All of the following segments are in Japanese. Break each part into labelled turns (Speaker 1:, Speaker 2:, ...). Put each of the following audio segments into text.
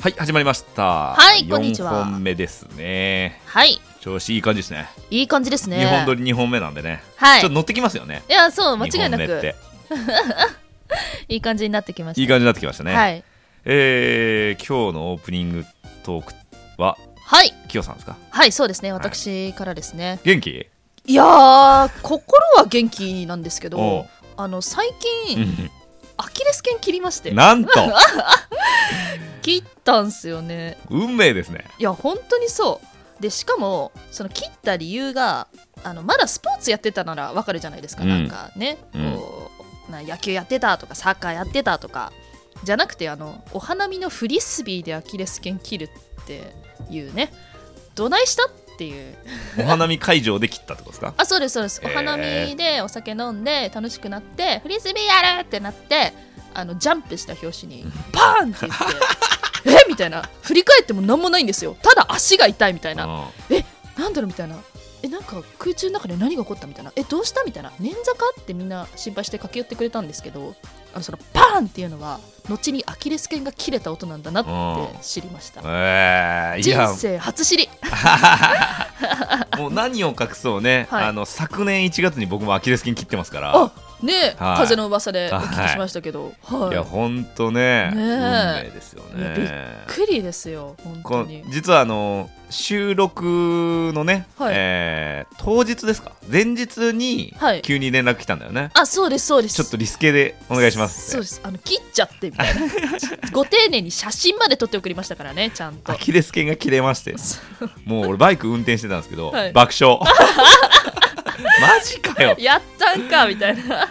Speaker 1: はい始まりました
Speaker 2: はいこんにちは
Speaker 1: 4本目ですね
Speaker 2: はい
Speaker 1: 調子いい感じですね
Speaker 2: いい感じですね
Speaker 1: 日本撮り2本目なんでね、
Speaker 2: はい
Speaker 1: ちょっと乗ってきますよね
Speaker 2: いやそう間違いな
Speaker 1: 二本目っ
Speaker 2: く
Speaker 1: て
Speaker 2: いい感じになってきました
Speaker 1: いい感じになってきましたね、
Speaker 2: はい
Speaker 1: えー、今日のオープニングトークは
Speaker 2: はい
Speaker 1: キヨさんですか
Speaker 2: はいそうですね私からですね、
Speaker 1: 元気
Speaker 2: い、やー心は元気なんですけ
Speaker 1: おう
Speaker 2: どあの最
Speaker 1: う
Speaker 2: 近、
Speaker 1: ん
Speaker 2: アキレス腱切りまして
Speaker 1: なん と
Speaker 2: 切ったんすよね
Speaker 1: 運命ですね
Speaker 2: いや本当にそうでしかもその切った理由があのまだスポーツやってたならわかるじゃないですか、
Speaker 1: うん
Speaker 2: なんかね、
Speaker 1: うん
Speaker 2: こうな野球やってたとかサッカーやってたとかじゃなくてあのお花見のフリスビーでアキレス腱切るっていうねどないしたっていう
Speaker 1: お花見会場で切ったってことです か
Speaker 2: あそうですそうです
Speaker 1: へ
Speaker 2: お
Speaker 1: ー
Speaker 2: 花見でお酒飲んで楽しくなってフリスビーやるってなってあのジャンプした拍子にバーンって 言ってえみたいな振り返っても何もないんですよただ足が痛いみたいな
Speaker 1: うん
Speaker 2: なんだろうみたいなえなんか空中の中で何が起こったみたいなえどうしたみたいな捻挫かってみんな心配して駆け寄ってくれたんですけどあのそのパーンっていうのは後にアキレス腱が切れた音なんだなって知りました
Speaker 1: えー、いや
Speaker 2: 人生初知り
Speaker 1: もう何を隠そうね、
Speaker 2: はい
Speaker 1: あの昨年1月に僕もアキレス腱切ってますから
Speaker 2: あねえ、
Speaker 1: はい
Speaker 2: 風の噂でお聞きしましたけど、はい
Speaker 1: いやほんとね
Speaker 2: ねえ
Speaker 1: 運命ですよ
Speaker 2: いやびっ
Speaker 1: ね
Speaker 2: びっくりですよ本
Speaker 1: こ
Speaker 2: 当
Speaker 1: う
Speaker 2: に
Speaker 1: 実はあの収録のね、
Speaker 2: はい
Speaker 1: えー当日ですか前日に
Speaker 2: はい
Speaker 1: 急に連絡来たんだよね、
Speaker 2: あそうですそうです
Speaker 1: ちょっとリスケでお願いします
Speaker 2: そう
Speaker 1: っ
Speaker 2: で
Speaker 1: て
Speaker 2: すあの切っちゃってみた いなご丁寧に写真まで撮って送りましたからねちゃんと
Speaker 1: アキレス腱が切れましてもう俺バイク運転してたんですけど、
Speaker 2: はい
Speaker 1: 爆 笑マジかよ
Speaker 2: やったんかみたいな
Speaker 1: ほん
Speaker 2: あ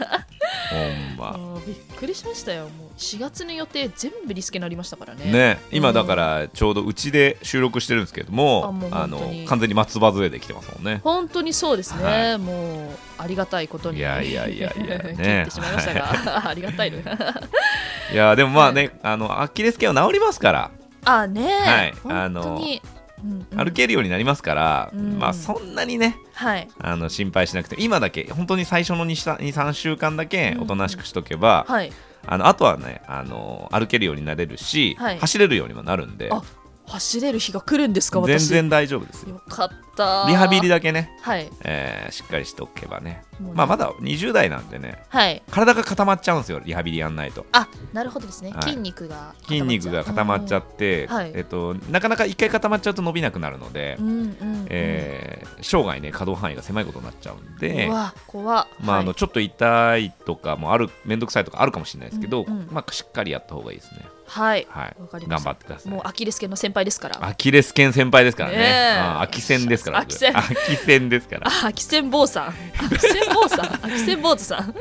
Speaker 1: ま
Speaker 2: ーびっくりしましたよもう4月の予定全部リスケになりましたからね
Speaker 1: ね今
Speaker 2: うん
Speaker 1: だからちょうどうちで収録してるんですけど
Speaker 2: あ
Speaker 1: も
Speaker 2: もう
Speaker 1: あ
Speaker 2: 本当
Speaker 1: の
Speaker 2: に
Speaker 1: 完全に松葉杖で来てますもんね
Speaker 2: 本当にそうですね、
Speaker 1: は
Speaker 2: もうありがたいことに
Speaker 1: いやいやいやい や
Speaker 2: 切
Speaker 1: ね
Speaker 2: ってしまいましたがありがた いの
Speaker 1: いやでもまあね、あのアキレス腱は治りますから
Speaker 2: あね
Speaker 1: はい
Speaker 2: 本当にうんうん
Speaker 1: 歩けるようになりますから、
Speaker 2: うん
Speaker 1: まあそんなにね
Speaker 2: はい
Speaker 1: あの心配しなくて今だけ本当に最初の23週間だけ
Speaker 2: うん
Speaker 1: おとなしくしとけば、
Speaker 2: はい
Speaker 1: あのあとはねあの歩けるようになれるし、
Speaker 2: はい
Speaker 1: 走れるようにもなるんで
Speaker 2: あ走れる日が来るんですか
Speaker 1: 全
Speaker 2: 私
Speaker 1: 然大丈夫ですよ
Speaker 2: よかった
Speaker 1: リハビリ
Speaker 2: だ
Speaker 1: だけね、
Speaker 2: はい
Speaker 1: えーしっかりしておけばね
Speaker 2: もうね
Speaker 1: まあまだ20代なんでね
Speaker 2: はい
Speaker 1: 体が固まっちゃうんですよリハビリやんないと
Speaker 2: あなるほどですね、
Speaker 1: はい
Speaker 2: 筋肉が
Speaker 1: 筋肉が固まっちゃ
Speaker 2: っ
Speaker 1: って、
Speaker 2: うんはい
Speaker 1: えっと、なかなか一回固まっちゃうと伸びなくなるので
Speaker 2: う、んうんうん
Speaker 1: えー生涯ね可動範囲が狭いことになっちゃうんで
Speaker 2: うわ怖っ
Speaker 1: まあ、あの
Speaker 2: はい
Speaker 1: ちょっと痛いとかもある面倒くさいとかあるかもしれないですけど、
Speaker 2: うんうん
Speaker 1: まあ、しっかりやった方がいいですね、
Speaker 2: はい
Speaker 1: はい
Speaker 2: わかり、
Speaker 1: 頑
Speaker 2: ました
Speaker 1: 張ってください
Speaker 2: もうアキレス腱の先輩ですから
Speaker 1: アキレス腱先輩ですからね
Speaker 2: ねえ
Speaker 1: あアキセンですから
Speaker 2: アキセン
Speaker 1: 僕アキセンです から
Speaker 2: あ、秋千坊さん。秋千坊さん。秋千坊主さん。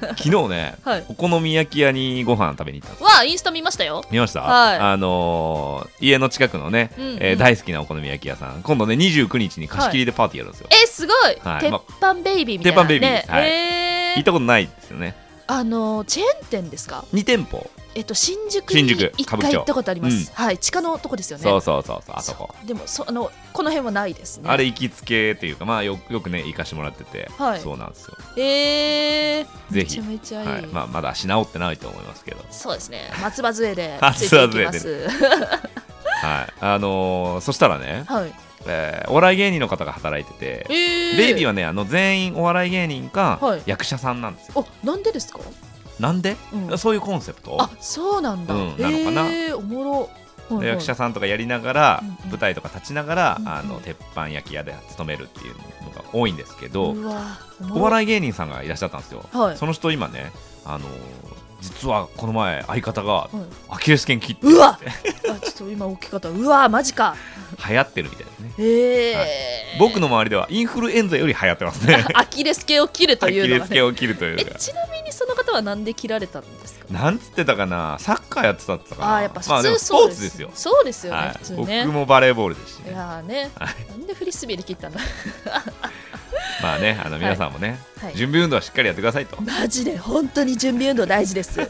Speaker 1: 昨日ね、
Speaker 2: はい
Speaker 1: お好み焼き屋にご飯食べに行ったんです
Speaker 2: わあ、インスタ見ましたよ。
Speaker 1: 見ました、
Speaker 2: はい
Speaker 1: あのー家の近くのね、
Speaker 2: うんうん
Speaker 1: えー大好きなお好み焼き屋さん今度ね29日に貸し切りでパーティーやるんですよ、
Speaker 2: え、すごい、
Speaker 1: はい
Speaker 2: 鉄
Speaker 1: ま
Speaker 2: 板ベイビーみたいな、
Speaker 1: 鉄板ベイビーで
Speaker 2: ね。
Speaker 1: すはい
Speaker 2: え
Speaker 1: 行ったことないですよね
Speaker 2: あのーチェーン店ですか。
Speaker 1: 2店舗、
Speaker 2: えっと新宿
Speaker 1: 新
Speaker 2: に
Speaker 1: 宿
Speaker 2: 一
Speaker 1: 歌舞伎
Speaker 2: 回
Speaker 1: 町
Speaker 2: 行ったことあります。はい、地下のとこですよね。
Speaker 1: そうそうそうそうあそこ
Speaker 2: そうでもそあのこの辺はないですね。
Speaker 1: あれ行きつけというかまあよよくね行かしてもらってて、
Speaker 2: はい
Speaker 1: そうなんですよ、
Speaker 2: えー、
Speaker 1: ぜひ
Speaker 2: めちゃめちゃ
Speaker 1: はい
Speaker 2: い。
Speaker 1: いまあ、まだ足治ってないと思いますけど、
Speaker 2: そうですね。松葉杖で つ
Speaker 1: 松
Speaker 2: いて
Speaker 1: 葉杖
Speaker 2: いき
Speaker 1: で
Speaker 2: ます。
Speaker 1: はいあのーそしたらね、
Speaker 2: はい。
Speaker 1: えーお笑い芸人の方が働いてて、
Speaker 2: えー、
Speaker 1: ベイビーはねあの全員お笑い芸人か
Speaker 2: はい
Speaker 1: 役者さんなんですよ、
Speaker 2: あ、なんでですか。
Speaker 1: なんで、
Speaker 2: うん
Speaker 1: そういうコンセプト
Speaker 2: あ、そうなんだ。
Speaker 1: うんなのかな
Speaker 2: えー、おもろ。はいはい
Speaker 1: 役者さんとかやりながら、
Speaker 2: うんうん
Speaker 1: 舞台とか立ちながら、
Speaker 2: うんうん
Speaker 1: あの鉄板焼き屋で勤めるっていうのが多いんですけど、
Speaker 2: うわおもろ
Speaker 1: お笑い芸人さんがいらっしゃったんですよ、
Speaker 2: はい
Speaker 1: その人今ねあのー実はこの前相方が
Speaker 2: はい
Speaker 1: アキレス腱切って
Speaker 2: うわあちょっと今大きかったうわマジか
Speaker 1: 流行ってるみたいですね
Speaker 2: ええ
Speaker 1: は僕の周りではインフルエンザより流行ってますね
Speaker 2: アキレス腱を切る
Speaker 1: ア
Speaker 2: と
Speaker 1: キ
Speaker 2: いう
Speaker 1: レ
Speaker 2: のが、
Speaker 1: ス腱
Speaker 2: ね、
Speaker 1: を切るという
Speaker 2: え
Speaker 1: か
Speaker 2: ちなみにその方はなんで切られたんですか
Speaker 1: なんつってたかなサッカーやってたって言ったかな
Speaker 2: あーやっぱ普
Speaker 1: まあでも
Speaker 2: 通
Speaker 1: スポ
Speaker 2: そ
Speaker 1: ー
Speaker 2: うで
Speaker 1: ツ
Speaker 2: す,、
Speaker 1: ですよ
Speaker 2: そうですよね、
Speaker 1: は
Speaker 2: 普通
Speaker 1: い、
Speaker 2: ね
Speaker 1: 僕もバレーボールですし
Speaker 2: い
Speaker 1: ね
Speaker 2: やーね
Speaker 1: は
Speaker 2: なんでフリスビーで切ったんだ
Speaker 1: まあねあの皆さんもね、
Speaker 2: はい
Speaker 1: 準備運動はしっかりやってくださ いと
Speaker 2: マジで本当に準備運動大事です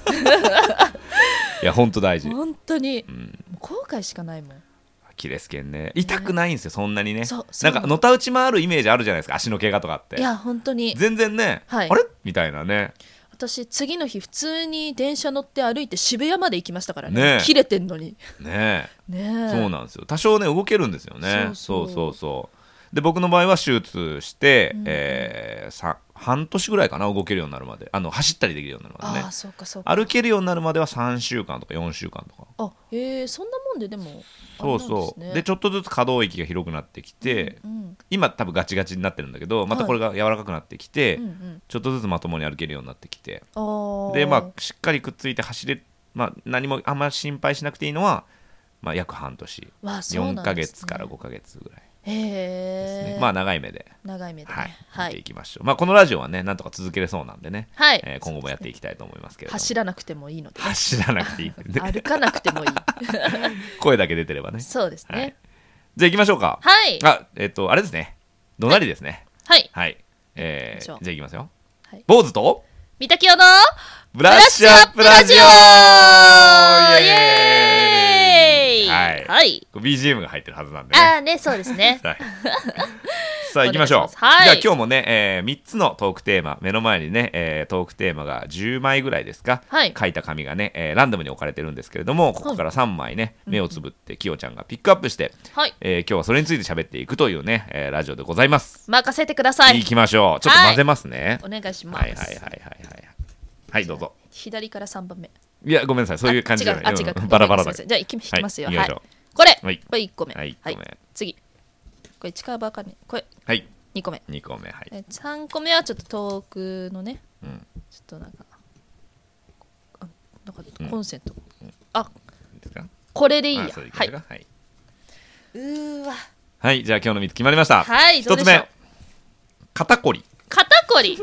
Speaker 1: いや本当大事、う
Speaker 2: 本当に
Speaker 1: ん、
Speaker 2: もう後悔しかないもん
Speaker 1: アキレス腱ね痛くないんですよそんなにね
Speaker 2: そうそ
Speaker 1: な
Speaker 2: うん
Speaker 1: かのたうち回るイメージあるじゃないですか足の怪我とかって
Speaker 2: いや本当に
Speaker 1: 全然ね、
Speaker 2: はい
Speaker 1: あれみたいなね
Speaker 2: 私次の日普通に電車乗って歩いて渋谷まで行きましたからね
Speaker 1: ねえ
Speaker 2: 切れてんのに
Speaker 1: ね
Speaker 2: ね
Speaker 1: え
Speaker 2: え
Speaker 1: そうなんですよ多少ね動けるんですよねそう
Speaker 2: そそう
Speaker 1: うそうそうで僕の場合は手術して、
Speaker 2: うん
Speaker 1: えーさ半年ぐらいかな動けるようになるまであの走ったりできるようになるまで
Speaker 2: あ
Speaker 1: ね
Speaker 2: あそうかそうか
Speaker 1: 歩けるようになるまでは3週間とか4週間とか
Speaker 2: あえー、そんなもんででも
Speaker 1: そうそうで,、
Speaker 2: あれなんですね
Speaker 1: ちょっとずつ可動域が広くなってきて、
Speaker 2: うん
Speaker 1: 今多分ガチガチになってるんだけどまたこれが柔らかくなってきて、
Speaker 2: うんうん
Speaker 1: ちょっとずつまともに歩けるようになってきて
Speaker 2: あー
Speaker 1: でまあしっかりくっついて走れ、まあ、何もあんま心配しなくていいのは、まあ、約半年
Speaker 2: わあそうなん
Speaker 1: 4
Speaker 2: です
Speaker 1: か
Speaker 2: ね
Speaker 1: 月から5か月ぐらいですね
Speaker 2: へえ、
Speaker 1: まあ長い目で、
Speaker 2: 長い目でね
Speaker 1: はい
Speaker 2: は
Speaker 1: 見てい
Speaker 2: い、
Speaker 1: きましょう、まあ、このラジオはねなんとか続けれそうなんでね、
Speaker 2: はい
Speaker 1: えー今後もやっていきたいと思いますけれども
Speaker 2: 走らなくてもいいのでね、
Speaker 1: 走らなくていい んで
Speaker 2: 歩かなくてもいい
Speaker 1: 声だけ出てればね
Speaker 2: そうですね
Speaker 1: じゃあ行きましょうか、
Speaker 2: はい
Speaker 1: あえっ、とあれですね怒鳴りですね
Speaker 2: はい、
Speaker 1: はい、えー、じ
Speaker 2: 行
Speaker 1: ゃ
Speaker 2: きましょう
Speaker 1: あ行きますよ、
Speaker 2: はい
Speaker 1: 坊主と
Speaker 2: 三滝雄の
Speaker 1: ブラッシュアップラジオ
Speaker 2: イエーイ
Speaker 1: はい、
Speaker 2: はい
Speaker 1: こう BGM が入ってるはずなんでね
Speaker 2: ああねそうで すね
Speaker 1: はいさあ行きましょ
Speaker 2: お
Speaker 1: う
Speaker 2: 願いしますはい
Speaker 1: じゃあ今日もね、え3つのトークテーマ目の前にね、えートークテーマが10枚ぐらいですか、
Speaker 2: はい
Speaker 1: 書いた紙がね、えーランダムに置かれてるんですけれどもここから3枚ね、目をつぶってきよちゃんがピックアップして、
Speaker 2: はい
Speaker 1: えー今日はそれについて喋っていくというね、えーラジオでございます、
Speaker 2: 任せてください
Speaker 1: 行きましょうちょっと混ぜますね、
Speaker 2: お願いします、
Speaker 1: はい、はいはいはいはいはいはいどうぞ
Speaker 2: 左から三番目
Speaker 1: いやごめんなさいそういう感じじゃない
Speaker 2: あ違うあ違う
Speaker 1: うんバラバラだ
Speaker 2: ごめんなさ
Speaker 1: け
Speaker 2: いじゃあいき引きますよ
Speaker 1: は
Speaker 2: はいい、
Speaker 1: 行きましょう
Speaker 2: これ、
Speaker 1: はい
Speaker 2: これ一個目
Speaker 1: はい一個目
Speaker 2: 次これ近場かねこれ
Speaker 1: はい、
Speaker 2: 二個目
Speaker 1: 2個目はい、
Speaker 2: え三個目はちょっと遠くのね
Speaker 1: うん、
Speaker 2: ちょっとなんかあなんか
Speaker 1: うん
Speaker 2: コンセント、あ
Speaker 1: いいですか
Speaker 2: これでいいや
Speaker 1: あそれできま
Speaker 2: はい
Speaker 1: すかはいう
Speaker 2: ーわ
Speaker 1: はい、じゃあ今日の3つ決まりました。
Speaker 2: はいど
Speaker 1: 1
Speaker 2: うで
Speaker 1: つ
Speaker 2: しょう
Speaker 1: 目、肩こり。
Speaker 2: 肩こり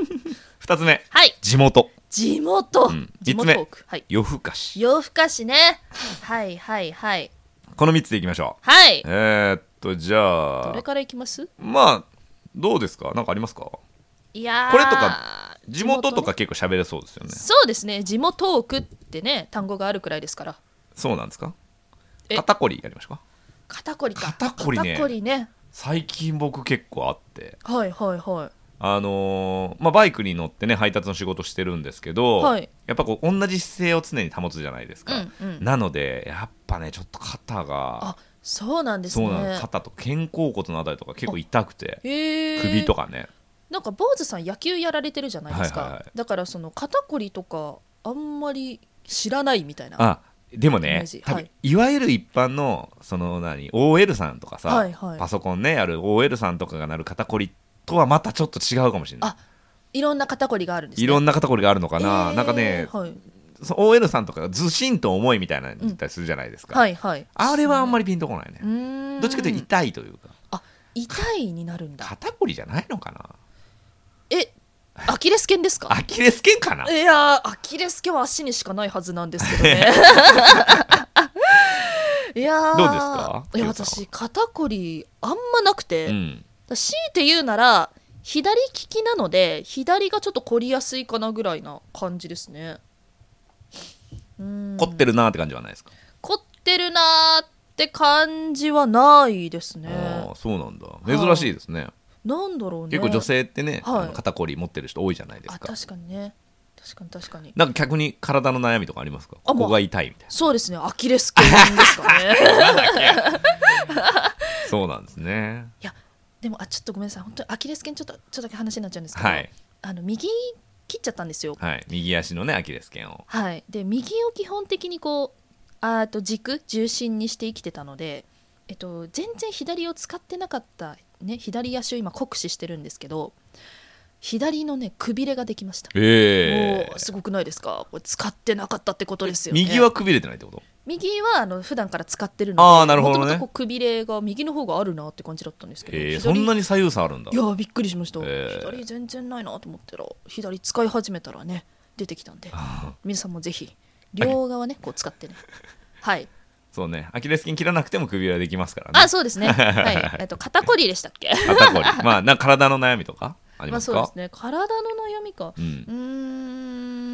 Speaker 1: 2つ目、
Speaker 2: はい
Speaker 1: 地元。
Speaker 2: 地元、
Speaker 1: うん
Speaker 2: 地元
Speaker 1: 三つ目
Speaker 2: トークはい
Speaker 1: 夜更かし。
Speaker 2: 夜更かしねはいはいはい
Speaker 1: この3つでいきましょ
Speaker 2: はい、
Speaker 1: う。えー、っと、じ
Speaker 2: ど
Speaker 1: ゃ
Speaker 2: れ
Speaker 1: あ、
Speaker 2: からいきます
Speaker 1: まあ、どうですかなんかありますか
Speaker 2: いやー
Speaker 1: これとか地元と
Speaker 2: ね
Speaker 1: か結構喋れそうですよね。
Speaker 2: そうですね地元トークってね単語があるくらいですから
Speaker 1: そうなんですか
Speaker 2: え
Speaker 1: 肩こりやりましょうか
Speaker 2: 肩こりか
Speaker 1: 肩こりね
Speaker 2: 肩こりね
Speaker 1: 最近僕結構あって、
Speaker 2: はいはいはい
Speaker 1: あのーまあ、バイクに乗ってね配達の仕事してるんですけど、
Speaker 2: はい
Speaker 1: やっぱこう同じ姿勢を常に保つじゃないですか、
Speaker 2: うんうん
Speaker 1: なのでやっぱねちょっと肩が
Speaker 2: あそうなんですね
Speaker 1: そうなの肩と肩甲骨のあたりとか結構痛くて
Speaker 2: へえ
Speaker 1: 首とかね
Speaker 2: なんか坊主さん野球やられてるじゃないですか、
Speaker 1: はいはいはい
Speaker 2: だからその肩こりとかあんまり知らないみたいな
Speaker 1: あでも
Speaker 2: イメ
Speaker 1: ね
Speaker 2: ージ
Speaker 1: 多
Speaker 2: は
Speaker 1: 分
Speaker 2: い
Speaker 1: いわゆる一般のその何 OL さんとかさ、
Speaker 2: はいはい
Speaker 1: パソコンねやる OL さんとかがなる肩こりとはまたちょっと違うかもしれない
Speaker 2: あいろんな肩こりがあるんです、ね、
Speaker 1: いろ
Speaker 2: なん
Speaker 1: な肩こりがあるのかな、
Speaker 2: えー
Speaker 1: なんかね
Speaker 2: はい、
Speaker 1: その OL さんとかがずしんと重いみたいなの言ったりするじゃないですか、
Speaker 2: はいはい
Speaker 1: あれはあんまりピンとこないね
Speaker 2: う、ーん
Speaker 1: どっちかというと痛いというか
Speaker 2: 痛いになるんだ
Speaker 1: 肩こりじゃないのかな
Speaker 2: えアキレス腱ですか
Speaker 1: アキレス腱かない
Speaker 2: やーアキレス腱は足にしかないはずなんですけ どね。いやー
Speaker 1: どうですか
Speaker 2: いや
Speaker 1: キヨさんは
Speaker 2: 私肩こりあんまなくて、
Speaker 1: うん
Speaker 2: だ強いて言うなら左利きなので左がちょっと凝りやすいかなぐらいな感じですね。うん
Speaker 1: 凝ってるなーって感じはないですか、
Speaker 2: 凝ってるなーって感じはないですね。
Speaker 1: ああそうなんだ珍しいですね、
Speaker 2: なんだろうね。
Speaker 1: 結構女性ってね、
Speaker 2: はい
Speaker 1: あの肩こり持ってる人多いじゃないで
Speaker 2: あ
Speaker 1: すか
Speaker 2: 確かにね確かに確かに。
Speaker 1: なんか逆に体の悩みとかありますか
Speaker 2: あ
Speaker 1: こ
Speaker 2: もう
Speaker 1: こが痛いみたい
Speaker 2: そうですねアキレス腱ですかね。
Speaker 1: ななんだっけそうなんですね
Speaker 2: いやでもあちょっとごめんなさい本当にアキレス腱ちょっとちょっとだけ話になっちゃうんですけど、
Speaker 1: はい
Speaker 2: あの右切っちゃったんですよ
Speaker 1: はい右足のねアキレス腱を
Speaker 2: はいで右を基本的にこうあーと軸重心にして生きてたのでえっと全然左を使ってなかったね左足を今酷使してるんですけど左のねくびれができました、
Speaker 1: ええ
Speaker 2: もうすごくないですかこれ使ってなかったってことですよね
Speaker 1: 右はくびれてないってこと
Speaker 2: 右はあの普段から使ってるので
Speaker 1: あーなるほどね
Speaker 2: もともとこうくびれが右の方があるなって感じだったんですけど、
Speaker 1: ええ
Speaker 2: 左
Speaker 1: そんなに左右差あるんだ
Speaker 2: いやーびっくりしました、
Speaker 1: えー
Speaker 2: 左全然ないなと思ったら左使い始めたらね出てきたんで
Speaker 1: あ
Speaker 2: 皆さんもぜひ両側ねこう使ってねはい
Speaker 1: そうねアキレス腱切らなくてもくびれはできますからね
Speaker 2: あそうですねはい えっと肩こりでしたっけ
Speaker 1: 肩こりまあなんか体の悩みとかあり
Speaker 2: まあ
Speaker 1: ます
Speaker 2: そう
Speaker 1: か、
Speaker 2: ですね体の悩みか
Speaker 1: うん
Speaker 2: うー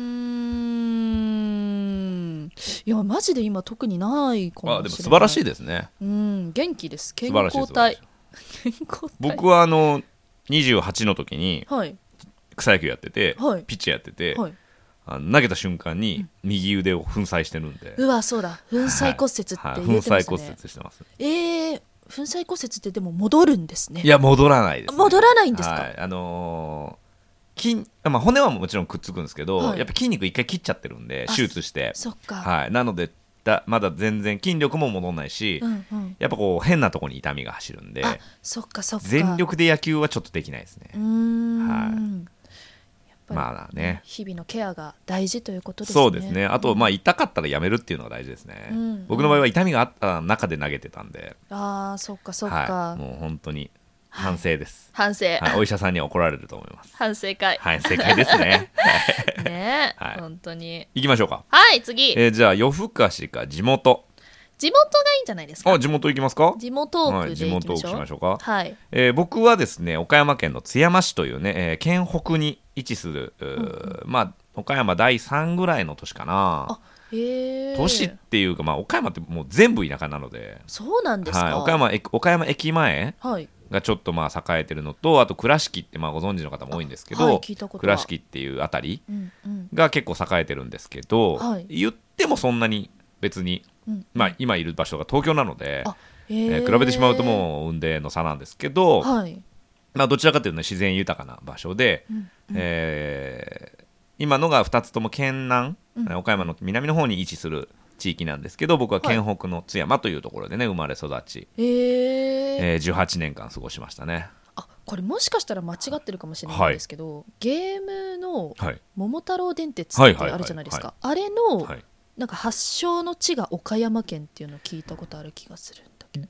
Speaker 2: んいやマジで今特にないかもしれない
Speaker 1: あでも素晴らしい
Speaker 2: で
Speaker 1: ですね
Speaker 2: すうん元気です健
Speaker 1: 晴らしい
Speaker 2: 康体 健康体
Speaker 1: 僕はあの28の時に
Speaker 2: はい
Speaker 1: 草野球やってて、
Speaker 2: はい
Speaker 1: ピッチャーやってて、
Speaker 2: はい
Speaker 1: あの投げた瞬間に右腕を粉砕してるんで、
Speaker 2: うわそうだ粉
Speaker 1: は
Speaker 2: 砕
Speaker 1: い
Speaker 2: 骨折
Speaker 1: はい
Speaker 2: って
Speaker 1: 粉
Speaker 2: 言ってま
Speaker 1: 砕
Speaker 2: したね、
Speaker 1: 骨折してます
Speaker 2: えー、粉砕骨折ってでも戻るんですね
Speaker 1: いや戻らないです、ね、
Speaker 2: 戻らないんですか、
Speaker 1: はいあのー筋あまあ、骨はもちろんくっつくんですけど、
Speaker 2: はい
Speaker 1: やっぱ筋肉一回切っちゃってるんで
Speaker 2: あ
Speaker 1: 手術して、
Speaker 2: そっか、
Speaker 1: はい、なのでだまだ全然筋力も戻んないし、
Speaker 2: うんうん
Speaker 1: やっぱこう変なとこに痛みが走るんで
Speaker 2: あそっかそっか
Speaker 1: 全力で野球はちょっとできないですね
Speaker 2: うーん、
Speaker 1: はい
Speaker 2: やっぱり
Speaker 1: まあね
Speaker 2: 日々のケアが大事ということですね
Speaker 1: そうですねあとまあ痛かったらやめるっていうのが大事ですね、
Speaker 2: うん
Speaker 1: 僕の場合は痛みがあった中で投げてたんで、
Speaker 2: ああそっかそっか、
Speaker 1: はい、もう本当に反省です、
Speaker 2: 反 省、
Speaker 1: はい、お医者さんには怒られると思います
Speaker 2: 反省会、
Speaker 1: はい正解です ねはい
Speaker 2: ね、
Speaker 1: はい
Speaker 2: 本当に
Speaker 1: 行きましょうか
Speaker 2: はい次
Speaker 1: えーじゃあ夜更かしか地元
Speaker 2: 地元がいいんじゃないですか
Speaker 1: あ地元行きますか
Speaker 2: 地元トー
Speaker 1: は
Speaker 2: ク
Speaker 1: い、
Speaker 2: で
Speaker 1: 地
Speaker 2: い
Speaker 1: 元
Speaker 2: きま
Speaker 1: を
Speaker 2: し
Speaker 1: 聞き
Speaker 2: ょう、は
Speaker 1: ま
Speaker 2: い
Speaker 1: しょうか、えー僕はですね岡山県の津山市というね、えー県北に位置する、うーまあ岡山第3ぐらいの都市かな
Speaker 2: あへえ
Speaker 1: 都市っていうか、まあ、岡山ってもう全部田舎なので
Speaker 2: そうなんですか、
Speaker 1: はい、岡山駅岡山駅前
Speaker 2: はい
Speaker 1: がちょっとまあ栄えてるのとあと倉敷ってまあご存知の方も多いんですけ
Speaker 2: あはい
Speaker 1: ど、
Speaker 2: 聞いたことは
Speaker 1: 倉敷っていうあたり
Speaker 2: うんうん
Speaker 1: が結構栄えてるんですけど、
Speaker 2: はい
Speaker 1: 言ってもそんなに別に、
Speaker 2: うん
Speaker 1: まあ、今いる場所が東京なので、
Speaker 2: あへ
Speaker 1: え
Speaker 2: え
Speaker 1: ー比べてしまうともう雲泥の差なんですけど、
Speaker 2: はい、
Speaker 1: まあ、どちらかというと、ね、自然豊かな場所で、
Speaker 2: うん
Speaker 1: えー今のが2つとも県南、
Speaker 2: うん
Speaker 1: 岡山の南の方に位置する地域なんですけど僕は県北の津山というところでね生まれ育ち、
Speaker 2: へえ
Speaker 1: えー18年間過ごしましたね。
Speaker 2: あこれもしかしたら間違ってるかもしれないんですけど、ゲームの
Speaker 1: はい
Speaker 2: 「桃太郎電鉄」ってあるじゃないですかあれの
Speaker 1: はい、
Speaker 2: なんか発祥の地が岡山県っていうのを聞いたことある気がするんだけど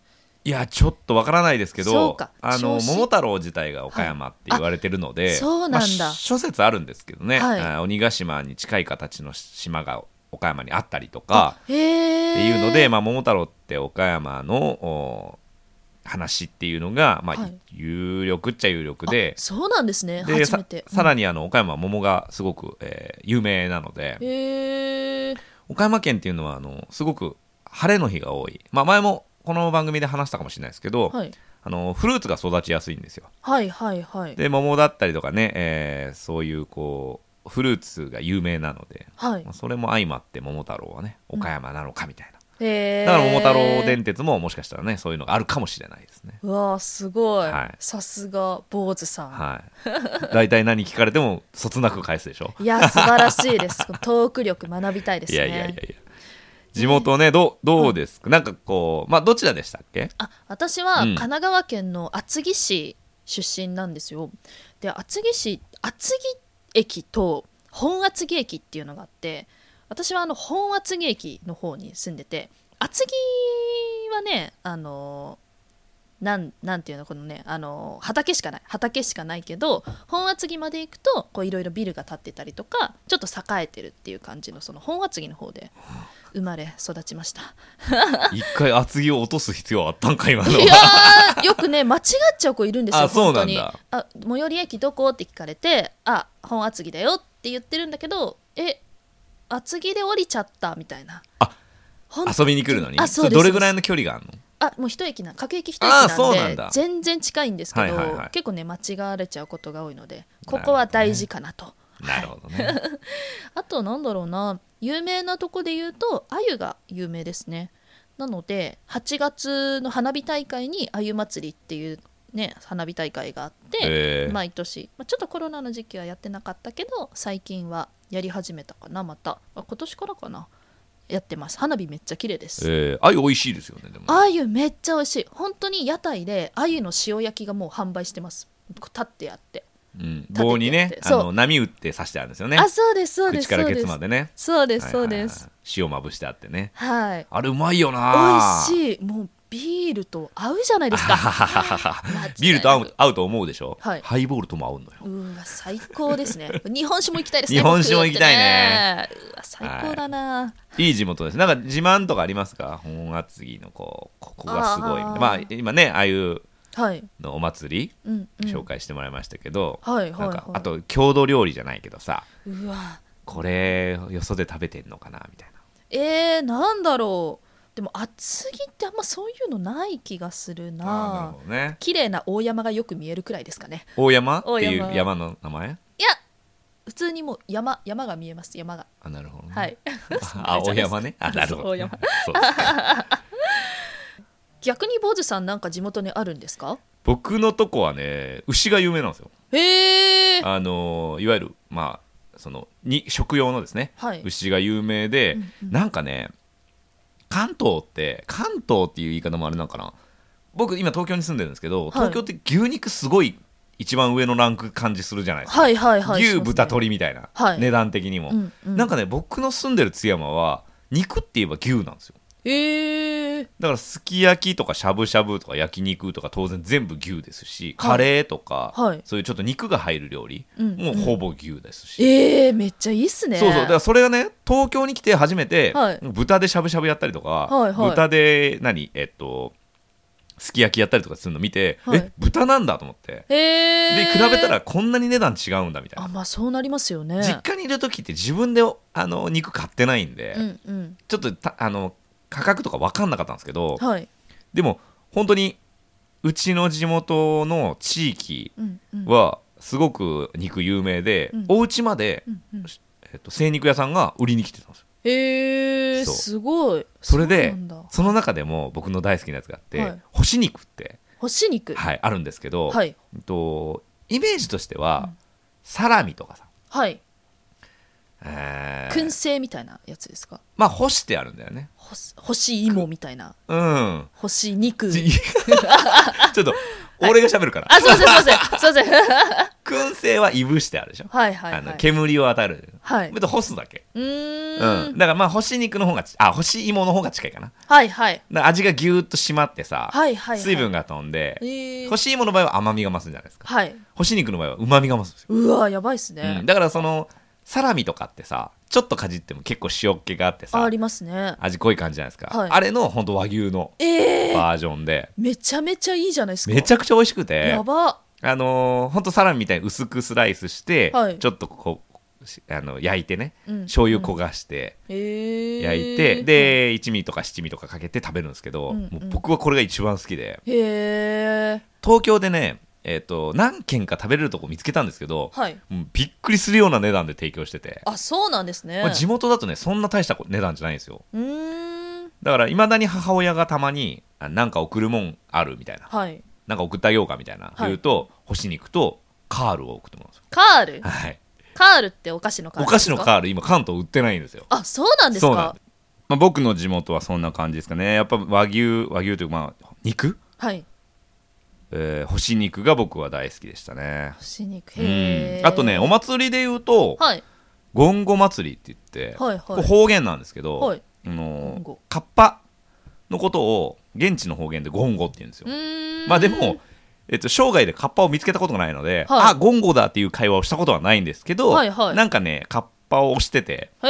Speaker 1: いやちょっとわからないですけ
Speaker 2: そう
Speaker 1: ど
Speaker 2: か
Speaker 1: あの
Speaker 2: 銚子
Speaker 1: 桃太郎自体が岡山って言われてるので、
Speaker 2: あそうなんだ
Speaker 1: まあ諸説あるんですけどね、
Speaker 2: はい
Speaker 1: あ鬼ヶ島に近い形の島が岡山にあったりとか
Speaker 2: あへえ
Speaker 1: っていうので、まあ、桃太郎って岡山のお話っていうのが、まあ
Speaker 2: はい
Speaker 1: 有力っちゃ有力で
Speaker 2: あそうなんですね
Speaker 1: で
Speaker 2: 初め
Speaker 1: さ
Speaker 2: て
Speaker 1: さらにあの岡山は桃がすごく、えー有名なので、
Speaker 2: うんへえ
Speaker 1: 岡山県っていうのはあのすごく晴れの日が多い、まあ、前もこの番組で話したかもしれないですけど、
Speaker 2: はい
Speaker 1: あのフルーツが育ちやすいんですよ
Speaker 2: はいはいはい
Speaker 1: で桃だったりとかね、えーそういうこうフルーツが有名なので、
Speaker 2: はい
Speaker 1: まあそれも相まって桃太郎はね岡山なのかみたいな、
Speaker 2: へえ
Speaker 1: だから桃太郎電鉄ももしかしたらねそういうのがあるかもしれないですね
Speaker 2: うわーすごい
Speaker 1: はい
Speaker 2: さすが坊主さん
Speaker 1: はい大体何聞かれてもそつなく返すでしょ
Speaker 2: いや素晴らしいです トーク力学びたいです
Speaker 1: いや
Speaker 2: ね
Speaker 1: いやいやいや地元ねどうどうですか、なんかこうまあどちらでしたっけ
Speaker 2: あ私
Speaker 1: う
Speaker 2: は
Speaker 1: ん
Speaker 2: 神奈川県の厚木市出身なんですよ。で厚木市厚木駅と本厚木駅っていうのがあって私はあの本厚木駅の方に住んでて厚木はねあのなんなんていうのこのねあの畑しかない畑しかないけど本厚木まで行くとこういろいろビルが建ってたりとかちょっと栄えてるっていう感じのその本厚木の方で生まれ育ちました。
Speaker 1: 一回厚着を落とす必要あったんか今の
Speaker 2: いやーよくね間違っちゃう子いるんですよ
Speaker 1: あそう
Speaker 2: 本
Speaker 1: な
Speaker 2: 当
Speaker 1: ん
Speaker 2: に
Speaker 1: だ
Speaker 2: あ最寄り駅どこって聞かれてあ本厚木だよって言ってるんだけどえ厚木で降りちゃったみたいな
Speaker 1: あ
Speaker 2: ほん
Speaker 1: 遊びに来るのに
Speaker 2: あそうです
Speaker 1: れどれぐらいの距離があるの
Speaker 2: あもう一駅な各駅一駅
Speaker 1: あーそうな
Speaker 2: なんんで
Speaker 1: だ
Speaker 2: 全然近いんです
Speaker 1: は
Speaker 2: けど、
Speaker 1: いはいはい
Speaker 2: 結構ね間違われちゃうことが多いので
Speaker 1: ほど
Speaker 2: こ
Speaker 1: ね
Speaker 2: こは大事かなと
Speaker 1: なるほどね
Speaker 2: あとなんだろうな有名なとこで言うと鮎が有名ですねなので8月の花火大会に鮎祭りっていうね花火大会があって、
Speaker 1: えー
Speaker 2: 毎年、まあ、ちょっとコロナの時期はやってなかったけど最近はやり始めたかなまた、あ今年からかなやってます花火めっちゃ綺麗です
Speaker 1: えー、鮎美味しいですよねでも
Speaker 2: 鮎めっちゃ美味しい本当に屋台で鮎の塩焼きがもう販売してますこう立ってやって、
Speaker 1: うん、
Speaker 2: て
Speaker 1: 棒にね
Speaker 2: やって
Speaker 1: あ
Speaker 2: そう
Speaker 1: の波打って刺してあるんですよね
Speaker 2: あそうですそうです
Speaker 1: 口
Speaker 2: そ
Speaker 1: から
Speaker 2: う
Speaker 1: ケ
Speaker 2: で
Speaker 1: ツ
Speaker 2: す
Speaker 1: までね
Speaker 2: そうですそうで
Speaker 1: はい
Speaker 2: す
Speaker 1: はいはい塩まぶしてあってね
Speaker 2: はい
Speaker 1: あれうまいよな
Speaker 2: 美味しいもうビールと合うじゃないです か
Speaker 1: ビールと合
Speaker 2: 間違いう
Speaker 1: 合うと思うでしょ、
Speaker 2: はい
Speaker 1: ハイボールとも合うのよ
Speaker 2: なくうわ最高ですね日本酒も行きたいです ね
Speaker 1: 日本酒も行きたいね
Speaker 2: 僕ってねうわ最高だな、
Speaker 1: いい地元ですなんか自慢とかありますか本厚木のこうここがすごい
Speaker 2: あー
Speaker 1: まあ今ねああいう
Speaker 2: はい、
Speaker 1: のお祭り
Speaker 2: うんうん、
Speaker 1: 紹介してもらいましたけど、
Speaker 2: はいはい
Speaker 1: なん
Speaker 2: はい
Speaker 1: かあと郷土料理じゃないけどさ
Speaker 2: うわ
Speaker 1: これよそで食べてんのかなみたいな
Speaker 2: えー、なんだろうでも厚木ってあんまそういうのない気がする
Speaker 1: あーなる
Speaker 2: な
Speaker 1: ほどね
Speaker 2: 綺麗な大山がよく見えるくらいですかね
Speaker 1: 大山って
Speaker 2: 大
Speaker 1: い
Speaker 2: 山
Speaker 1: う山の名前
Speaker 2: いや普通にもう山山が見えます山が
Speaker 1: あなるほど、ね、
Speaker 2: はい
Speaker 1: あ青山ねあなるほど、
Speaker 2: そう青山
Speaker 1: そうですか
Speaker 2: 逆に坊主さんなんか地元にあるんですか
Speaker 1: 僕のとこはね牛が有名なん ですよ
Speaker 2: へえ
Speaker 1: あのーいわゆるまあそのに食用のですね、
Speaker 2: はい
Speaker 1: 牛が有名で、
Speaker 2: うんうん
Speaker 1: なんかね関東って関東っていう言い方もあれなんかな僕今東京に住んでるんですけど、
Speaker 2: い
Speaker 1: 東京って牛肉すごい一番上のランク感じするじゃないですか、
Speaker 2: はいはいはい
Speaker 1: 牛豚鶏
Speaker 2: 鳥
Speaker 1: みたいな、
Speaker 2: はい
Speaker 1: 値段的にも、
Speaker 2: うんうん
Speaker 1: なんかね僕の住んでる津山は肉って言えば牛なんですよ
Speaker 2: へえ
Speaker 1: だからすき焼きとかしゃぶしゃぶとか焼肉とか当然全部牛ですしカレーとか、
Speaker 2: はい
Speaker 1: そういうちょっと肉が入る料理、
Speaker 2: うん
Speaker 1: もうほぼ牛ですし、
Speaker 2: えー、めっちゃいいっすね
Speaker 1: そうそうだからそれがね東京に来て初めて、
Speaker 2: はい
Speaker 1: 豚でしゃぶしゃぶやったりとか、
Speaker 2: はいはい
Speaker 1: 豚で何えっとすき焼きやったりとかするの見て、
Speaker 2: はい
Speaker 1: え豚なんだと思って
Speaker 2: へ
Speaker 1: で
Speaker 2: え
Speaker 1: 比べたらこんなに値段違うんだみたいな
Speaker 2: あまあそうなりますよね
Speaker 1: 実家にいる時って自分であの肉買ってないんで、
Speaker 2: うんうん
Speaker 1: ちょっとたあの価格とか分かんなかったんですけど、
Speaker 2: はい
Speaker 1: でも本当にうちの地元の地域
Speaker 2: うんうん
Speaker 1: はすごく肉有名で、
Speaker 2: うん
Speaker 1: お家まで、
Speaker 2: うんうん
Speaker 1: えっと、精肉屋さんが売りに来てたんですよ
Speaker 2: へえ
Speaker 1: そう
Speaker 2: すごい
Speaker 1: それ
Speaker 2: う
Speaker 1: で
Speaker 2: なん
Speaker 1: そ
Speaker 2: だ
Speaker 1: の中でも僕の大好きなやつがあって、
Speaker 2: はい
Speaker 1: 干し肉って、
Speaker 2: 干し肉は
Speaker 1: は
Speaker 2: い
Speaker 1: い、あるんですけど、
Speaker 2: はい
Speaker 1: えっと、イメージとしては、
Speaker 2: うん
Speaker 1: サラミとかさ、えー
Speaker 2: 燻製みたいなやつですか
Speaker 1: まあ干してあるんだよね
Speaker 2: 干し干し芋みたいな
Speaker 1: うん
Speaker 2: 干し肉
Speaker 1: ち ちょっと俺が喋るから、
Speaker 2: あすいませんすいませんすいま せん
Speaker 1: 燻製はいぶしてあるでしょ、
Speaker 2: はいはい
Speaker 1: あ
Speaker 2: は
Speaker 1: の
Speaker 2: い
Speaker 1: 煙を当たる、
Speaker 2: はい
Speaker 1: 別に干すだけ
Speaker 2: うー
Speaker 1: うんん、だからまあ干し肉の方がちあ干し芋の方が近いかなだか
Speaker 2: はいはい
Speaker 1: ら味がギューッと締まってさ、
Speaker 2: はいはいはい
Speaker 1: 水分が飛んで、
Speaker 2: えー
Speaker 1: 干し芋の場合は甘みが増すんじゃないですか
Speaker 2: はい
Speaker 1: 干し肉の場合はうまみが増すんですよ、
Speaker 2: うわやばいっす
Speaker 1: う
Speaker 2: ね
Speaker 1: んだからそのサラミとかってさちょっとかじっても結構塩っ気があって
Speaker 2: あ
Speaker 1: さ
Speaker 2: ありますね
Speaker 1: 味濃い感じじゃないですか、
Speaker 2: はい
Speaker 1: あれの本当和牛の
Speaker 2: えー
Speaker 1: バージョンで
Speaker 2: めちゃめちゃいいじゃないですか
Speaker 1: めちゃくちゃ美味しくて
Speaker 2: やば
Speaker 1: あのー、ほんとサラミみたいに薄くスライスして、
Speaker 2: はい
Speaker 1: ちょっとこうしあの焼いてね、
Speaker 2: うん
Speaker 1: 醤油焦がして、
Speaker 2: へえ
Speaker 1: 焼いて、で一味とか七味とかかけて食べるんですけど、
Speaker 2: うんうん
Speaker 1: もう僕はこれが一番好きで
Speaker 2: へえ
Speaker 1: 東京でね、えー、と何軒か食べれるとこ見つけたんですけど、
Speaker 2: はい
Speaker 1: もうびっくりするような値段で提供してて、
Speaker 2: あそうなんですね
Speaker 1: まあ、地元だとねそんな大した値段じゃないんですよ
Speaker 2: うーん
Speaker 1: だからいまだに母親がたまに「あなんか送るもんある?」みたいな
Speaker 2: はい
Speaker 1: 「なんか送ってあげようか」みたいな、
Speaker 2: はい
Speaker 1: 言うと干し肉とカールを送ってもらうんですよ、
Speaker 2: カール
Speaker 1: はい、
Speaker 2: カールってお菓子のカー
Speaker 1: お
Speaker 2: ル
Speaker 1: 菓子の
Speaker 2: ール
Speaker 1: カール今関東売ってないんですよ
Speaker 2: あそうなんです
Speaker 1: そうなん
Speaker 2: か
Speaker 1: ですまあ、僕の地元はそんな感じですかねやっぱ和牛和牛というかまあ肉
Speaker 2: はい
Speaker 1: えー干し肉が僕は大好きでしたね。
Speaker 2: 干し肉
Speaker 1: う
Speaker 2: へ
Speaker 1: ん
Speaker 2: え、
Speaker 1: あとねお祭りで言うと
Speaker 2: はい
Speaker 1: ゴンゴ祭りって言って、
Speaker 2: はいはい
Speaker 1: これ方言なんですけど、
Speaker 2: はい
Speaker 1: あの
Speaker 2: ゴン
Speaker 1: ー
Speaker 2: ゴ
Speaker 1: カッパのことを現地の方言でゴンゴって言うんですよ
Speaker 2: う。ーん
Speaker 1: まあでも、えっと、生涯でカッパを見つけたことがないので、
Speaker 2: はい
Speaker 1: あゴンゴだっていう会話をしたことはないんですけど、
Speaker 2: はいはい
Speaker 1: なんかねカッパをしてて
Speaker 2: へ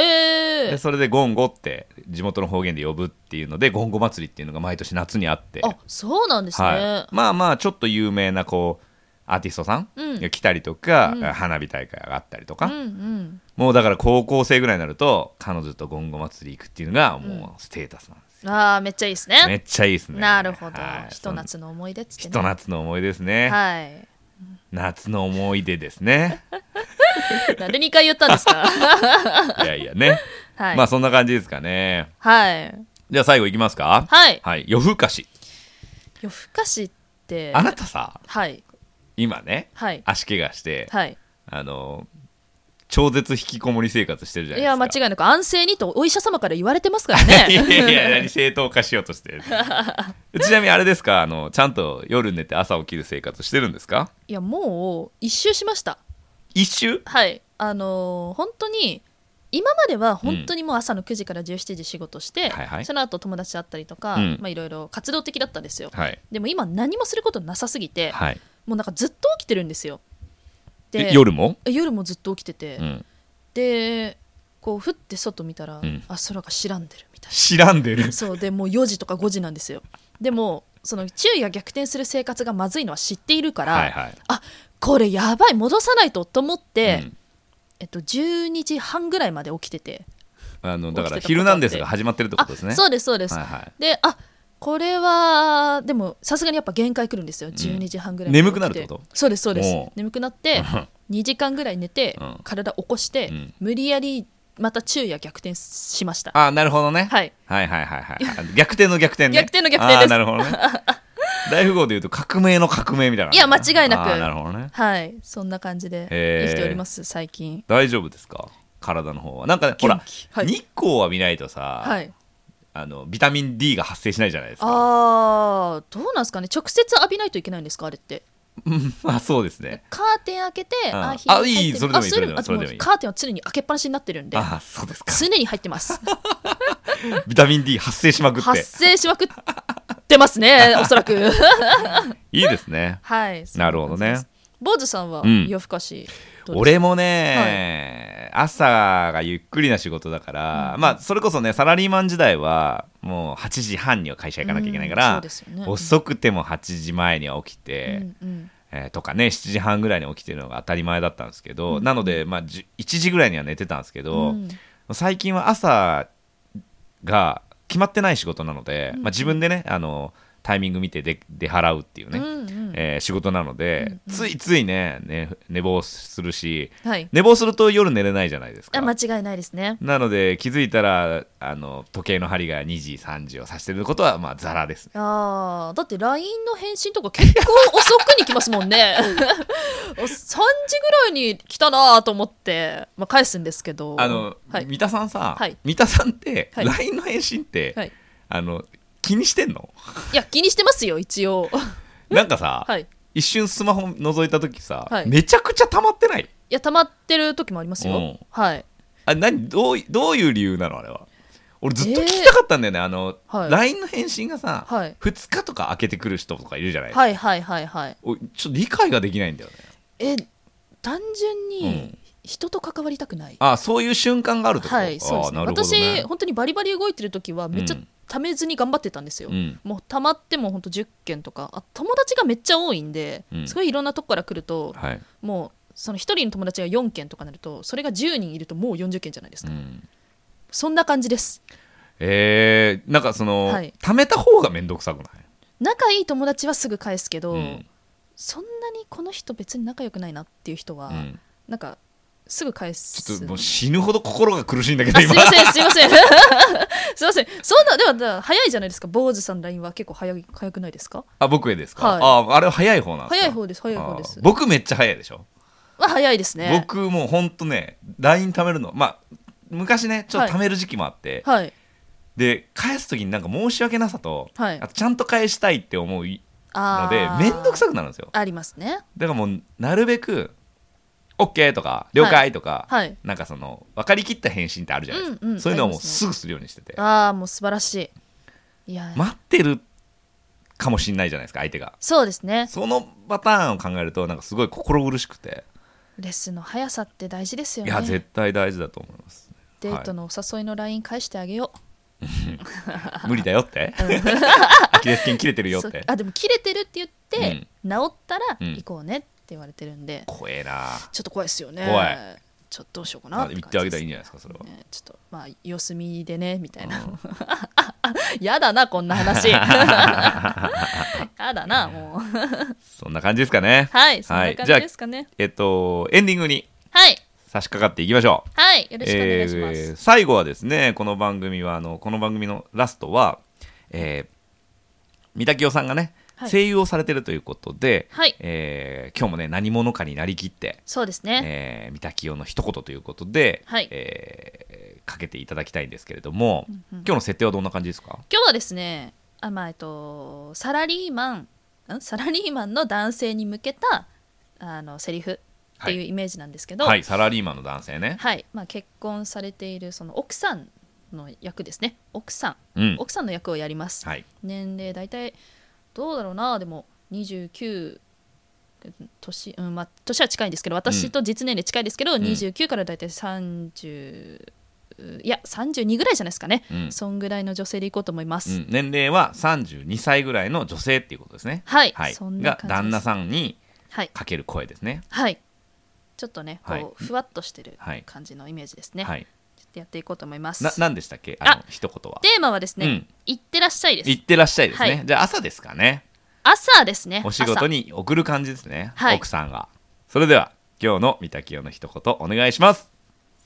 Speaker 1: で
Speaker 2: え
Speaker 1: それでゴンゴって地元の方言で呼ぶっていうのでゴンゴ祭りっていうのが毎年夏にあって
Speaker 2: あそうなんですね、
Speaker 1: はい、まあまあちょっと有名なこうアーティストさん
Speaker 2: うん
Speaker 1: が来たりとか、
Speaker 2: うん
Speaker 1: 花火大会があったりとか、
Speaker 2: うんうん
Speaker 1: もうだから高校生ぐらいになると彼女とゴンゴ祭り行くっていうのがもうステータスなんですよ、
Speaker 2: あーめっちゃいいです
Speaker 1: め
Speaker 2: ね
Speaker 1: っちゃいいですね
Speaker 2: なるほど、
Speaker 1: はい
Speaker 2: ひと夏の思い出っつって
Speaker 1: ひ
Speaker 2: ね
Speaker 1: と夏の思い出ですね、
Speaker 2: はい
Speaker 1: 夏の思い出です ね
Speaker 2: なんで2回言ったんで すか
Speaker 1: いやいやね、
Speaker 2: はい、
Speaker 1: まあそんな感じですかね
Speaker 2: はい
Speaker 1: じゃあ最後いきますか
Speaker 2: はい
Speaker 1: はい夜更かし
Speaker 2: 夜更かしって
Speaker 1: あなたさ
Speaker 2: はい
Speaker 1: 今ね
Speaker 2: はい
Speaker 1: 足怪我して、
Speaker 2: はい
Speaker 1: あの超絶引きこもり生活してるじゃない
Speaker 2: い
Speaker 1: ですか
Speaker 2: や間違いなく安静にとお医者様から言われてますからね
Speaker 1: いやいや何正当化しようとして るちなみにあれですかあのちゃんと夜寝て朝起きる生活してるんですか
Speaker 2: いやもう一周しました
Speaker 1: 一周
Speaker 2: はいあのー本当に今までは本当にもう朝の9時から17時仕事して、
Speaker 1: はいはい
Speaker 2: その後友達と会ったりとか、
Speaker 1: うん
Speaker 2: まあ、いろいろ活動的だったんですよ
Speaker 1: はい
Speaker 2: でも今何もすることなさすぎて、
Speaker 1: はい
Speaker 2: もうなんかずっと起きてるんですよ
Speaker 1: で夜も、
Speaker 2: 夜もずっと起きてて、
Speaker 1: うん、
Speaker 2: でこうふって外見たら、
Speaker 1: うん
Speaker 2: あ空が白んでるみたいな
Speaker 1: 知らんでる
Speaker 2: そうでもう4時とか5時なんですよでもその昼夜が逆転する生活がまずいのは知っているから、
Speaker 1: はいはい
Speaker 2: あこれやばい戻さないとと思って、
Speaker 1: うん
Speaker 2: えっと、12時半ぐらいまで起きてて
Speaker 1: あのだから「
Speaker 2: 起きてたこと
Speaker 1: ヒルナンデス」が始まってるってこ
Speaker 2: あ
Speaker 1: とですね
Speaker 2: そううですそうです、
Speaker 1: はいはい
Speaker 2: であこれはでもさすがにやっぱ限界くるんですよ12時半ぐらいまで
Speaker 1: 眠くなるってこと
Speaker 2: そうですそうで
Speaker 1: おう
Speaker 2: す眠くなって2時間ぐらい寝て
Speaker 1: うん
Speaker 2: 体起こして
Speaker 1: うん
Speaker 2: 無理やりまた昼夜逆転しました
Speaker 1: あなるほどね、
Speaker 2: はい
Speaker 1: はいはいはいはい逆転の逆転ね
Speaker 2: 逆転の逆転です
Speaker 1: あなるほどね 大富豪でいうと革命の革命みたいない
Speaker 2: や間違いなく
Speaker 1: あなるほどね
Speaker 2: はいそんな感じで
Speaker 1: へー
Speaker 2: 生きております最近
Speaker 1: 大丈夫ですか体の方はなんか、ね、ほ
Speaker 2: 元
Speaker 1: ら
Speaker 2: 気はい
Speaker 1: 日光は見ないとさ、
Speaker 2: はい
Speaker 1: あのビタミン D が発生しないじゃないですか
Speaker 2: あーどうなんですかね直接浴びないといけないんですかあれって
Speaker 1: うん まあそうですね
Speaker 2: カーテン開けて
Speaker 1: うん
Speaker 2: あ日
Speaker 1: あ
Speaker 2: 入って
Speaker 1: いいそれでもいい
Speaker 2: あ
Speaker 1: それでもいい
Speaker 2: あ
Speaker 1: それでもいい
Speaker 2: カーテンは常に開けっぱなしになってるんで
Speaker 1: あそうですか
Speaker 2: 常に入って ます
Speaker 1: ビタミン D 発生しまくって
Speaker 2: 発生しまくってますね おそらく
Speaker 1: いいですね
Speaker 2: はい
Speaker 1: なるほどね
Speaker 2: そんな感じです坊主さんは
Speaker 1: うん
Speaker 2: 夜更かしどうです
Speaker 1: 俺もね、朝がゆっくりな仕事だから、
Speaker 2: うん
Speaker 1: まあそれこそねサラリーマン時代はもう8時半には会社行かなきゃいけないから、
Speaker 2: うんそうですよね
Speaker 1: 遅くても8時前には起き
Speaker 2: う
Speaker 1: て、
Speaker 2: んうん
Speaker 1: えーとかね7時半ぐらいに起きてるのが当たり前だったんですけど、
Speaker 2: うん
Speaker 1: なので、まあ、じゅ1時ぐらいには寝てたんですけど、
Speaker 2: うん
Speaker 1: 最近は朝が決まってない仕事なので、
Speaker 2: うん
Speaker 1: まあ、自分でねあのタイミング見て出出払うっていうね、
Speaker 2: うんうん
Speaker 1: えー仕事なので、
Speaker 2: うんうん
Speaker 1: ついついねね寝坊するし
Speaker 2: はい
Speaker 1: 寝坊すると夜寝れないじゃないですか
Speaker 2: あ間違いないですね
Speaker 1: なので気づいたらあの時計の針が2時3時を指してることはまあザラですね
Speaker 2: あーだって LINE の返信とか結構遅くに来ますもんね お3時ぐらいに来たなと思って、まあ、返すんですけど
Speaker 1: あの、
Speaker 2: はい、
Speaker 1: 三田さんさ、
Speaker 2: はい
Speaker 1: 三田さんって
Speaker 2: はい
Speaker 1: LINE の返信って、
Speaker 2: はい、
Speaker 1: あの気にしてんの
Speaker 2: いや気にしてますよ 一応
Speaker 1: なんかさ、
Speaker 2: はいい
Speaker 1: 一瞬スマホ覗いた時さ、
Speaker 2: はい
Speaker 1: めちゃくちゃ溜まってない
Speaker 2: や溜まってる時もあります
Speaker 1: う
Speaker 2: よ
Speaker 1: ん
Speaker 2: はい
Speaker 1: あ何どういどういう理由なのあれは俺ずっと
Speaker 2: え
Speaker 1: 聞
Speaker 2: ー
Speaker 1: きたかったんだよね、あの、
Speaker 2: はい
Speaker 1: LINE の返信がさ、
Speaker 2: はい
Speaker 1: 2日とか開けてくる人とかいるじゃないですか、
Speaker 2: はいはいはいはい
Speaker 1: おちょっと理解ができないんだよね
Speaker 2: え単純
Speaker 1: う
Speaker 2: に人と関わりたくない、
Speaker 1: あそういう瞬間があるってこと
Speaker 2: はいそうですね
Speaker 1: あなるほど
Speaker 2: 私
Speaker 1: ね
Speaker 2: 本当にバリバリ動いてる時はめっちゃ
Speaker 1: うん
Speaker 2: ためずに頑張ってたんですよ、
Speaker 1: うん
Speaker 2: もうたまっても本当10件とかあ友達がめっちゃ多いんで、
Speaker 1: うん
Speaker 2: すごいいろんなとこから来ると
Speaker 1: はい、
Speaker 2: もうその1人の友達が4件とかなるとそれが10人いるともう40件じゃないです
Speaker 1: う
Speaker 2: か、
Speaker 1: ん、
Speaker 2: そんな感じです
Speaker 1: えー、なんかその、
Speaker 2: はい
Speaker 1: 貯めた方が面倒くさくない
Speaker 2: 仲いい友達はすぐ返すけど、
Speaker 1: うん
Speaker 2: そんなにこの人別に仲良くないなっていう人は、
Speaker 1: うん
Speaker 2: なんかすぐ返す
Speaker 1: ちょっともう死ぬほど心が苦しいんだけど
Speaker 2: あすい
Speaker 1: 今
Speaker 2: ませんすいません すいませんそんなでもだから早いじゃないですか坊主さんの LINE は結構早い早くないですか
Speaker 1: あ僕へですか、
Speaker 2: はい
Speaker 1: ああれは早い方なんですか
Speaker 2: 早い方です早い方です
Speaker 1: あ僕めっちゃ早いでしょ、
Speaker 2: は早いですね
Speaker 1: 僕もうほんとね LINE 貯めるのまあ昔ねちょっと貯める時期もあって、
Speaker 2: はい
Speaker 1: で返す時になんか申し訳なさと、
Speaker 2: はい
Speaker 1: あとちゃんと返したいって思うの
Speaker 2: あ
Speaker 1: で
Speaker 2: ー
Speaker 1: 面倒くさくなるんですよ
Speaker 2: ありますね
Speaker 1: だからもうなるべく OK とか了解とか、
Speaker 2: はい
Speaker 1: なんかその分かりきった返信ってあるじゃないですか、
Speaker 2: うんうん
Speaker 1: そういうのはもう
Speaker 2: あります
Speaker 1: すぐするようにしてて、
Speaker 2: ああもう素晴らしいいや、
Speaker 1: 待ってるかもしれないじゃないですか相手が
Speaker 2: そうですね
Speaker 1: そのパターンを考えるとなんかすごい心苦しくて、
Speaker 2: レッスンの速さって大事ですよ
Speaker 1: い
Speaker 2: ね
Speaker 1: や絶対大事だと思います
Speaker 2: デートのお誘いの LINE 返してあ げよ
Speaker 1: 無理だよ って、アキレス腱切れてる
Speaker 2: う、
Speaker 1: よっ
Speaker 2: そう
Speaker 1: て
Speaker 2: あでも切れてるって言って、治ったら
Speaker 1: うん
Speaker 2: 行こうねって言われてるんで、
Speaker 1: 怖えな
Speaker 2: ちょっと怖いですよね
Speaker 1: 怖い
Speaker 2: ちょっとどうしようか
Speaker 1: ま
Speaker 2: な
Speaker 1: あ
Speaker 2: って
Speaker 1: 言
Speaker 2: 感
Speaker 1: ってあげたらいいん
Speaker 2: じ
Speaker 1: じゃないですかそれは
Speaker 2: ですねちょっとまあ様子見でねみたいな、 やだなこん な話やだなもう
Speaker 1: そんな感じですかね
Speaker 2: はいそん
Speaker 1: は
Speaker 2: ない感
Speaker 1: じゃあ
Speaker 2: じですかね
Speaker 1: えっとエンディングに
Speaker 2: はい
Speaker 1: 差し掛かっていきましょう
Speaker 2: はいよろしくお願いします、
Speaker 1: えー最後はですねこの番組はあのこの番組のラストは、えー、三田清さんがね、
Speaker 2: はい
Speaker 1: 声優をされてるということで、
Speaker 2: はい
Speaker 1: えー今日もね何者かになりきって、
Speaker 2: そうですね、
Speaker 1: えー三田清の一言ということで、
Speaker 2: はい
Speaker 1: えーかけていただきたいんですけれども、
Speaker 2: うんうん
Speaker 1: 今日の設定はどんな感じですか
Speaker 2: 今日はですねあまあえっとサラリーマンんサラリーマンの男性に向けたあのセリフっていう
Speaker 1: は
Speaker 2: イメージなんですけど
Speaker 1: はいサラリーマンの男性ね、
Speaker 2: はいまあ、結婚されているその奥さんの役ですね奥さん、
Speaker 1: うん
Speaker 2: 奥さんの役をやります、
Speaker 1: はい
Speaker 2: 年齢大体どうだろうなでも29年,、うんまあ、年は近いんですけど私と実年齢近いですけど、
Speaker 1: ん
Speaker 2: 29から大体30いや32ぐらいじゃないですかね、
Speaker 1: うん
Speaker 2: そんぐらいの女性でいこうと思いま
Speaker 1: う
Speaker 2: す、
Speaker 1: ん年齢は32歳ぐらいの女性っていうことですね
Speaker 2: はいそん
Speaker 1: が
Speaker 2: な感じです
Speaker 1: 旦那さんに
Speaker 2: はい、
Speaker 1: かける声ですね
Speaker 2: はい、ちょっとねこう、
Speaker 1: はい
Speaker 2: ふわっとしてる
Speaker 1: はい
Speaker 2: 感じのイメージですね、
Speaker 1: はい
Speaker 2: ちょっとやっていこうと思います
Speaker 1: な何でしたっけあの
Speaker 2: あ
Speaker 1: 一言は
Speaker 2: テーマはですね、
Speaker 1: うん
Speaker 2: 言っってらっしゃいです
Speaker 1: 行ってらっしゃいですね、
Speaker 2: は
Speaker 1: じゃあ朝ですかね
Speaker 2: 朝ですね
Speaker 1: お仕事に送る感じですね、
Speaker 2: はい
Speaker 1: 奥さんがそれでは今日の「三滝用の一言お願いします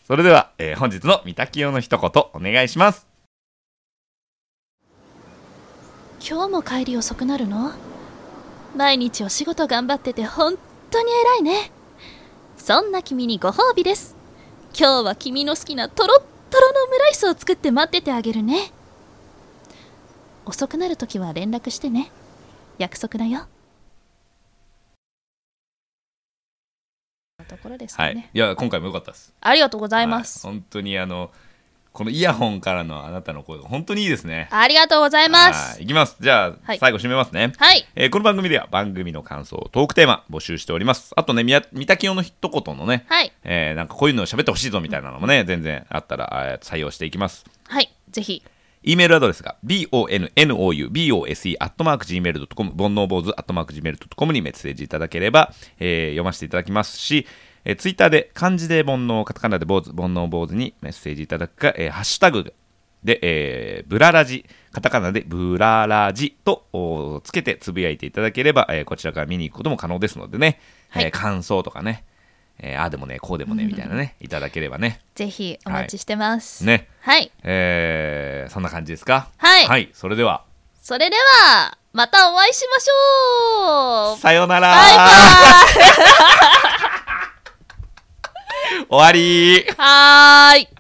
Speaker 1: それでは、えー本日の「三滝用の一言お願いします
Speaker 2: 朝今日も帰り遅くなるの毎日お仕事頑張ってて本当に偉いねそんな君にご褒美です今日は君の好きなとろっとろのオムライスを作って待っててあげるね遅くなるときは連絡してね約束だよところですか
Speaker 1: は
Speaker 2: ね、
Speaker 1: い、いや今回も良かったです
Speaker 2: ありがとうございます、
Speaker 1: はい本当にあのこのイヤホンからのあなたの声本当にいいですね
Speaker 2: ありがとうございま
Speaker 1: は
Speaker 2: す
Speaker 1: いいきますじゃあ、
Speaker 2: はい
Speaker 1: 最後締めますね
Speaker 2: はい
Speaker 1: えーこの番組では番組の感想トークテーマ募集しておりますあとねみや三滝用の一言のね、
Speaker 2: はい
Speaker 1: えーなんかこういうの喋ってほしいぞみたいなのもね全然あったらあー採用していきます
Speaker 2: はいぜひ
Speaker 1: E メールアドレスが bonoubose.gmail.com 煩悩坊主 .gmail.com にメッセージいただければ、えー読ませていただきますし、えー、ツイッターで漢字で煩悩カタカナで坊主煩悩坊主にメッセージいただくか、えーハッシュタグで、えーブララジカタカナでブララジとおーつけてつぶやいていただければ、えーこちらから見に行くことも可能ですのでね、
Speaker 2: はい
Speaker 1: えー感想とかね、えーああでもねこうでもねみたいなねいただければね
Speaker 2: ぜひお待ちしてます、
Speaker 1: ね
Speaker 2: はい
Speaker 1: えーそんな感じですか
Speaker 2: はい
Speaker 1: それでは
Speaker 2: それではまたお会いしましょう
Speaker 1: さようなら
Speaker 2: バイバイ
Speaker 1: 終わり
Speaker 2: はーい